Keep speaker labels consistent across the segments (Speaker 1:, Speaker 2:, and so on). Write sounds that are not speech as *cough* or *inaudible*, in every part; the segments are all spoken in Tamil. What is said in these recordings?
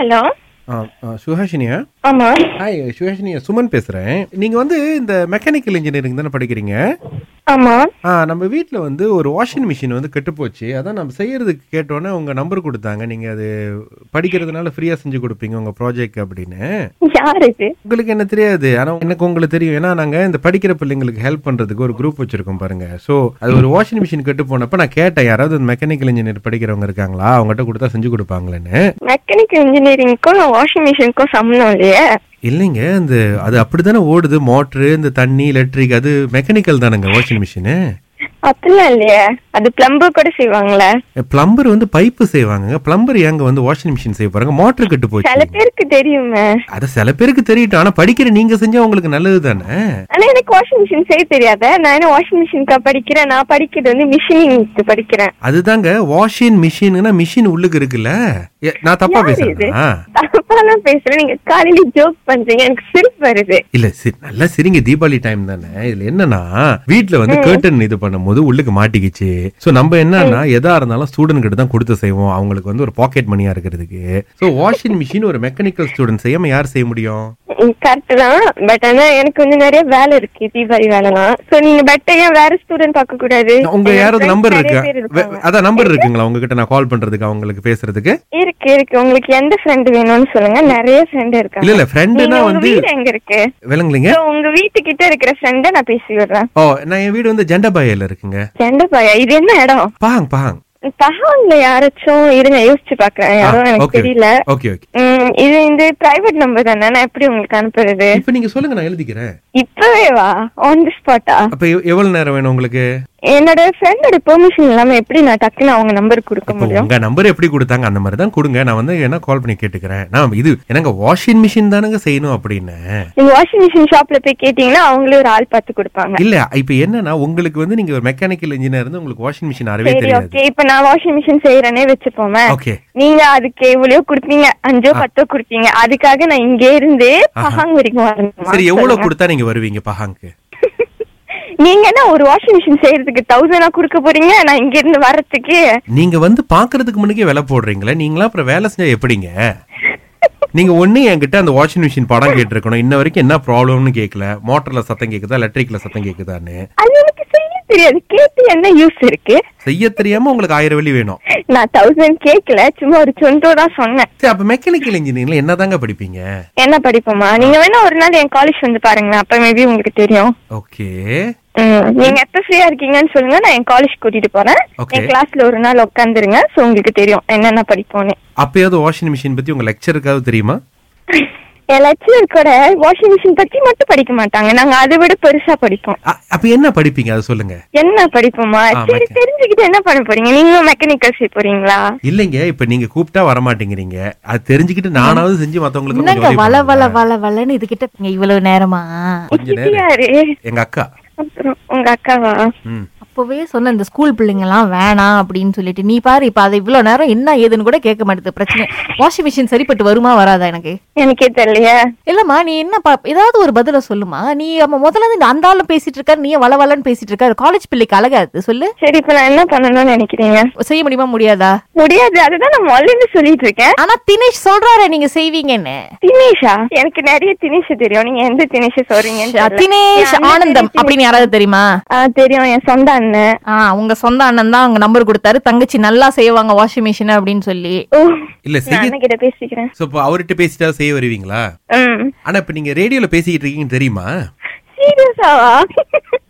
Speaker 1: ஹலோ
Speaker 2: ஆ, ஆ, சுஹாஷினியா
Speaker 1: ஆமா
Speaker 2: ஹாய் சுஹாஷினியா சுமன் பேசுகிறேன் நீங்கள் வந்து இந்த மெக்கானிக்கல் இன்ஜினியரிங் தானே படிக்கிறீங்க
Speaker 1: ஆமா
Speaker 2: ஆ நம்ம வீட்டில் வந்து ஒரு வாஷிங் மிஷின் வந்து கெட்டுப்போச்சு அதான் நம்ம செய்யறதுக்கு கேட்டோன்னே உங்கள் நம்பர் கொடுத்தாங்க நீங்கள் அது படிக்கிறதுனால ஃப்ரீயாக செஞ்சு கொடுப்பீங்க உங்கள் ப்ராஜெக்ட் அப்படின்னு
Speaker 1: யார் இது
Speaker 2: உங்களுக்கு என்ன தெரியாது ஆனா எனக்கு உங்களுக்கு தெரியும் ஏன்னா நாங்க இந்த படிக்கிற பிள்ளைங்களுக்கு ஹெல்ப் பண்றதுக்கு ஒரு குரூப் வச்சிருக்கோம் பாருங்க சோ அது ஒரு வாஷிங் மிஷின் கெட்டு போனப்ப நான் கேட்டேன் யாராவது மெக்கானிக்கல் இன்ஜினியர் படிக்கிறவங்க இருக்காங்களா அவங்ககிட்ட கொடுத்தா செஞ்சு கொடுப்பாங்களேன்னு
Speaker 1: மெக்கானிக்கல் இன்ஜினியரிங்க்கும் வாஷிங் மிஷினுக்கும் சம்மந்தம் இல்லையே
Speaker 2: இல்லைங்க இந்த அது அப்படிதானே ஓடுது மோட்ரு இந்த தண்ணி எலக்ட்ரிக் அது மெக்கானிக்கல் தானேங்க வாஷிங் மிஷினு
Speaker 1: அப்படிலாம் இல்லையே அது பிளம்பர் கூட செய்வாங்களே
Speaker 2: பிளம்பர் வந்து பைப்பு செய்வாங்க பிளம்பர் ஏங்க வந்து வாஷிங் மிஷின் செய்ய போறாங்க மோட்டர் கெட்டு
Speaker 1: சில
Speaker 2: போச்சு
Speaker 1: பேருக்கு தெரியுமே
Speaker 2: அது சில பேருக்கு தெரியட்டும் ஆனா படிக்கிற நீங்க செஞ்சா உங்களுக்கு நல்லது தானே
Speaker 1: ஆனா எனக்கு வாஷிங் மிஷின் செய்ய தெரியாத நான் என்ன வாஷிங் மிஷினுக்கா படிக்கிறேன் நான் படிக்கிறது வந்து மிஷினிங்க்கு படிக்கிறேன்
Speaker 2: அதுதாங்க வாஷிங் மிஷின்னா மிஷின் உள்ளுக்கு இருக்குல்ல ஏ, நான் தப்பா
Speaker 1: யார் இது
Speaker 2: பேசுறேனா
Speaker 1: தப்பாலாம் பேசுறேன் நீங்க காலையில ஜோக் பண்றீங்க எனக்கு சிரிப்பு வருது
Speaker 2: இல்ல சரி நல்லா சரிங்க தீபாவளி டைம் தானே இதுல என்னன்னா வீட்ல வந்து கேர்டன் இது பண்ணும்போது உள்ளுக்கு மாட்டிக்கிச்சு சோ நம்ம என்னன்னா எதா இருந்தாலும் ஸ்டூடெண்ட் கிட்ட தான் கொடுத்து செய்வோம் அவங்களுக்கு வந்து ஒரு பாக்கெட் மணியா இருக்கிறதுக்கு சோ வாஷிங் மிஷின் ஒரு மெக்கானிக்கல் ஸ்டூடெண்ட் செய்யாம யார் செய்ய முடியும்
Speaker 1: கரெக்ட் தான் பட் ஆனா எனக்கு வந்து நிறைய வேலை இருக்கு தீபாவளி வேலைலாம் சோ நீங்க பெட்டர் ஏன் வேற ஸ்டூடெண்ட் பார்க்க கூடாது
Speaker 2: உங்க
Speaker 1: என்
Speaker 2: யாராவது
Speaker 1: friends
Speaker 2: நம்பர்
Speaker 1: நிறைய
Speaker 2: இருக்கு
Speaker 1: பேர்
Speaker 2: வே-
Speaker 1: இருக்காங்க.
Speaker 2: அதான் நம்பர் இருக்குங்களா உங்ககிட்ட நான் கால் பண்றதுக்கு அவங்களுக்கு பேசுறதுக்கு
Speaker 1: இருக்கு இருக்கு உங்களுக்கு எந்த ஃப்ரெண்ட் வேணும்னு சொல்லுங்க நிறைய ஃப்ரெண்ட்
Speaker 2: இல்ல
Speaker 1: இருக்காங்க
Speaker 2: இல்ல
Speaker 1: நீங்க
Speaker 2: ஃப்ரெண்டுனா
Speaker 1: உங்க
Speaker 2: வந்து
Speaker 1: வீடு எங்க இருக்கு
Speaker 2: விளங்குலீங்க
Speaker 1: So, உங்க வீட்டு கிட்ட இருக்கிற ஃப்ரெண்ட நான் பேசி விடுறேன்
Speaker 2: ஓ நான் என் வீடு வந்து ஜெண்டபாயில இருக்குங்க
Speaker 1: செண்ட பாயா இது என்ன இடம்
Speaker 2: பாங் பாங்
Speaker 1: தகவல்ல யாராச்சும் இருங்க யோசிச்சு பாக்குறேன் யாரும் எனக்கு
Speaker 2: okay.
Speaker 1: தெரியல
Speaker 2: ஓகே ஓகே
Speaker 1: ம், இது இந்த பிரைவேட் நம்பர் தானே நான் எப்படி உங்களுக்கு அனுப்புறது
Speaker 2: இப்ப நீங்க சொல்லுங்க நான் எழுதிக்கிறேன்
Speaker 1: இப்பவே வா ஆன் தி ஸ்பாட்டா
Speaker 2: அப்ப எவ்- எவ்வளவு நேரம் வேணும் உங்களுக்கு
Speaker 1: என்னோட ஃப்ரெண்டோட பெர்மிஷன் இல்லாம எப்படி நான் டக்குன்னு அவங்க நம்பர் கொடுக்க
Speaker 2: இப்ப
Speaker 1: முடியும்
Speaker 2: உங்க நம்பர் எப்படி கொடுத்தாங்க அந்த மாதிரி தான் கொடுங்க நான் வந்து என்ன கால் பண்ணி கேட்டுக்கிறேன் நான் இது எனக்கு வாஷிங் மிஷின் தானங்க செய்யணும் அப்படின்னு
Speaker 1: நீங்க வாஷிங் மிஷின் ஷாப்ல போய் கேட்டீங்கன்னா அவங்களே ஒரு ஆள் பார்த்து கொடுப்பாங்க
Speaker 2: இல்ல இப்ப என்னன்னா உங்களுக்கு வந்து நீங்க ஒரு மெக்கானிக்கல் இன்ஜினியர் இருந்து உங்களுக்கு வாஷிங் மிஷின் அறவே
Speaker 1: சரி
Speaker 2: தெரியாது
Speaker 1: ஓகே இப்ப நான் வாஷிங் மிஷின் செய்யறேனே வச்சுப்போமே
Speaker 2: ஓகே
Speaker 1: நீங்க அதுக்கு எவ்வளவு கொடுப்பீங்க அஞ்சோ பத்தோ கொடுப்பீங்க அதுக்காக நான் இங்க இருந்து
Speaker 2: ஆஹா.
Speaker 1: பஹாங் வரைக்கும் வரணுமா
Speaker 2: சரி எவ்வளவு
Speaker 1: சொல்லுங்க.
Speaker 2: கொடுத்தா நீங்க வருவீங்க பஹாங்க்கு
Speaker 1: *laughs* நீங்க என்ன ஒரு வாஷிங் மிஷின் செய்யறதுக்கு தௌசண்டா கொடுக்க போறீங்க நான் இங்க இருந்து வர்றதுக்கு
Speaker 2: நீங்க வந்து பாக்குறதுக்கு முன்னக்கே விலை போடுறீங்களே நீங்களா அப்புறம் வேலை செஞ்சா எப்படிங்க நீங்க ஒண்ணு என்கிட்ட அந்த வாஷிங் மிஷின் படம் கேட்டிருக்கணும் இன்ன வரைக்கும் என்ன ப்ராப்ளம்னு கேட்கல மோட்டர்ல சத்தம் கேக்குதா எலக்ட்ரிக்ல சத்தம் கேக்குதான்னு
Speaker 1: அது எனக்கு செய்ய தெரியாது கேட்டு என்ன யூஸ் இருக்கு
Speaker 2: செய்ய தெரியாம உங்களுக்கு ஆயிரம் வழி வேணும்
Speaker 1: நான் தௌசண்ட் கேட்கல சும்மா ஒரு சொந்தோ தான் சொன்னேன்
Speaker 2: சரி அப்ப மெக்கானிக்கல் இன்ஜினியரிங்ல என்னதாங்க படிப்பீங்க
Speaker 1: என்ன படிப்போமா நீங்க வேணா ஒரு நாள் என் காலேஜ் வந்து பாருங்களேன் அப்ப மேபி உங்களுக்கு தெரியும்
Speaker 2: ஓகே
Speaker 1: ம், நீங்க எப்ப ஃப்ரீயா இருக்கீங்கன்னு சொல்லுங்க நான் என் காலேஜ் கூட்டிட்டு போறேன்
Speaker 2: Okay.
Speaker 1: என் கிளாஸ்ல ஒரு நாள் உட்காந்துருங்க சோ உங்களுக்கு தெரியும் என்னென்ன படிப்போம்னு
Speaker 2: அப்பயாவது வாஷிங் மிஷின் பத்தி உங்க லெக்சருக்காவது தெரியுமா
Speaker 1: என் லட்சியம் கூட வாஷிங் மிஷின் பத்தி மட்டும் படிக்க மாட்டாங்க நாங்க அதை விட பெருசா படிப்போம்
Speaker 2: அ- அப்ப என்ன படிப்பீங்க அதை சொல்லுங்க
Speaker 1: என்ன படிப்போமா
Speaker 2: ஆ,
Speaker 1: சரி
Speaker 2: mechanic.
Speaker 1: தெரிஞ்சுக்கிட்டு என்ன பண்ண போறீங்க நீங்களும் மெக்கானிக்கல் செய்ய போறீங்களா
Speaker 2: இல்லைங்க இப்ப நீங்க கூப்பிட்டா வரமாட்டேங்கிறீங்க அது தெரிஞ்சுக்கிட்டு நானாவது செஞ்சு மத்தவங்களுக்கு கொஞ்சம்
Speaker 3: என்னங்க
Speaker 2: உதவி
Speaker 3: வள வள
Speaker 2: பண்ணுவேன்.
Speaker 3: வள வளன்னு இதுகிட்ட நீங்க இவ்வளவு நேரமா
Speaker 2: கொஞ்ச
Speaker 1: இது
Speaker 2: நேரம்
Speaker 1: யாரு
Speaker 2: எங்க அக்கா
Speaker 1: அப்புறம் உங்க அக்காவா
Speaker 2: ம்
Speaker 3: அப்பவே சொன்ன இந்த ஸ்கூல் பிள்ளைங்க எல்லாம் வேணாம் அப்படின்னு சொல்லிட்டு நீ பாரு இப்ப அது இவ்வளவு நேரம் என்ன ஏதுன்னு கூட கேட்க மாட்டேது பிரச்சனை வாஷிங் மிஷின் சரிப்பட்டு வருமா வராதா எனக்கு
Speaker 1: எனக்கே தெரியலையே
Speaker 3: இல்லம்மா நீ என்ன பா- ஏதாவது ஒரு பதில சொல்லுமா நீ நம்ம முதல்ல இருந்து அந்த ஆளும் பேசிட்டு இருக்க நீ வள வளன்னு பேசிட்டு இருக்க காலேஜ் பிள்ளைக்கு அழகாது சொல்லு
Speaker 1: சரி இப்ப நான் என்ன பண்ணணும்னு நினைக்கிறீங்க
Speaker 3: செய்ய முடியுமா முடியாதா
Speaker 1: முடியாது அதுதான் நான் முதல்ல சொல்லிட்டு இருக்கேன்
Speaker 3: ஆனா தினேஷ் சொல்றாரு நீங்க செய்வீங்கன்னு
Speaker 1: தினேஷா எனக்கு நிறைய தினேஷ் தெரியும் நீங்க எந்த தினேஷ் சொல்றீங்கன்னு தெரியல.
Speaker 3: தினேஷ்
Speaker 1: என் அண்ணன்
Speaker 3: ஆனந்தம்
Speaker 1: தினேஷ்.
Speaker 3: அப்படின்னு யாராவது தெரியுமா
Speaker 1: ஆ, தெரியும் என் சொந்த அண்ணன்
Speaker 3: ஆ உங்க சொந்த அண்ணன் தான் அவங்க நம்பர் கொடுத்தாரு தங்கச்சி நல்லா செய்வாங்க வாஷிங் மிஷின் அப்படின்னு சொல்லி
Speaker 1: ஓ
Speaker 2: இல்ல
Speaker 1: நான்
Speaker 2: செய்ய
Speaker 1: அண்ணன் கிட்ட பேசிக்கிறேன்
Speaker 2: சோ இப்போ அவர்கிட்ட பேசிட்டா செய்ய வருவீங்களா
Speaker 1: ம்
Speaker 2: ஆனா இப்ப நீங்க ரேடியோல பேசிக்கிட்டு இருக்கீங்கன்னு தெரியுமா
Speaker 1: சீரியஸாவா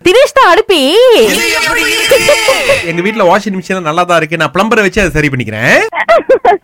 Speaker 3: தினேஷ் தான் அனுப்பி
Speaker 2: எங்க வீட்ல வாஷிங் மிஷின் நல்லா தான் இருக்கு நான் பிளம்பரை வச்சு அதை சரி பண்ணிக்கிறேன்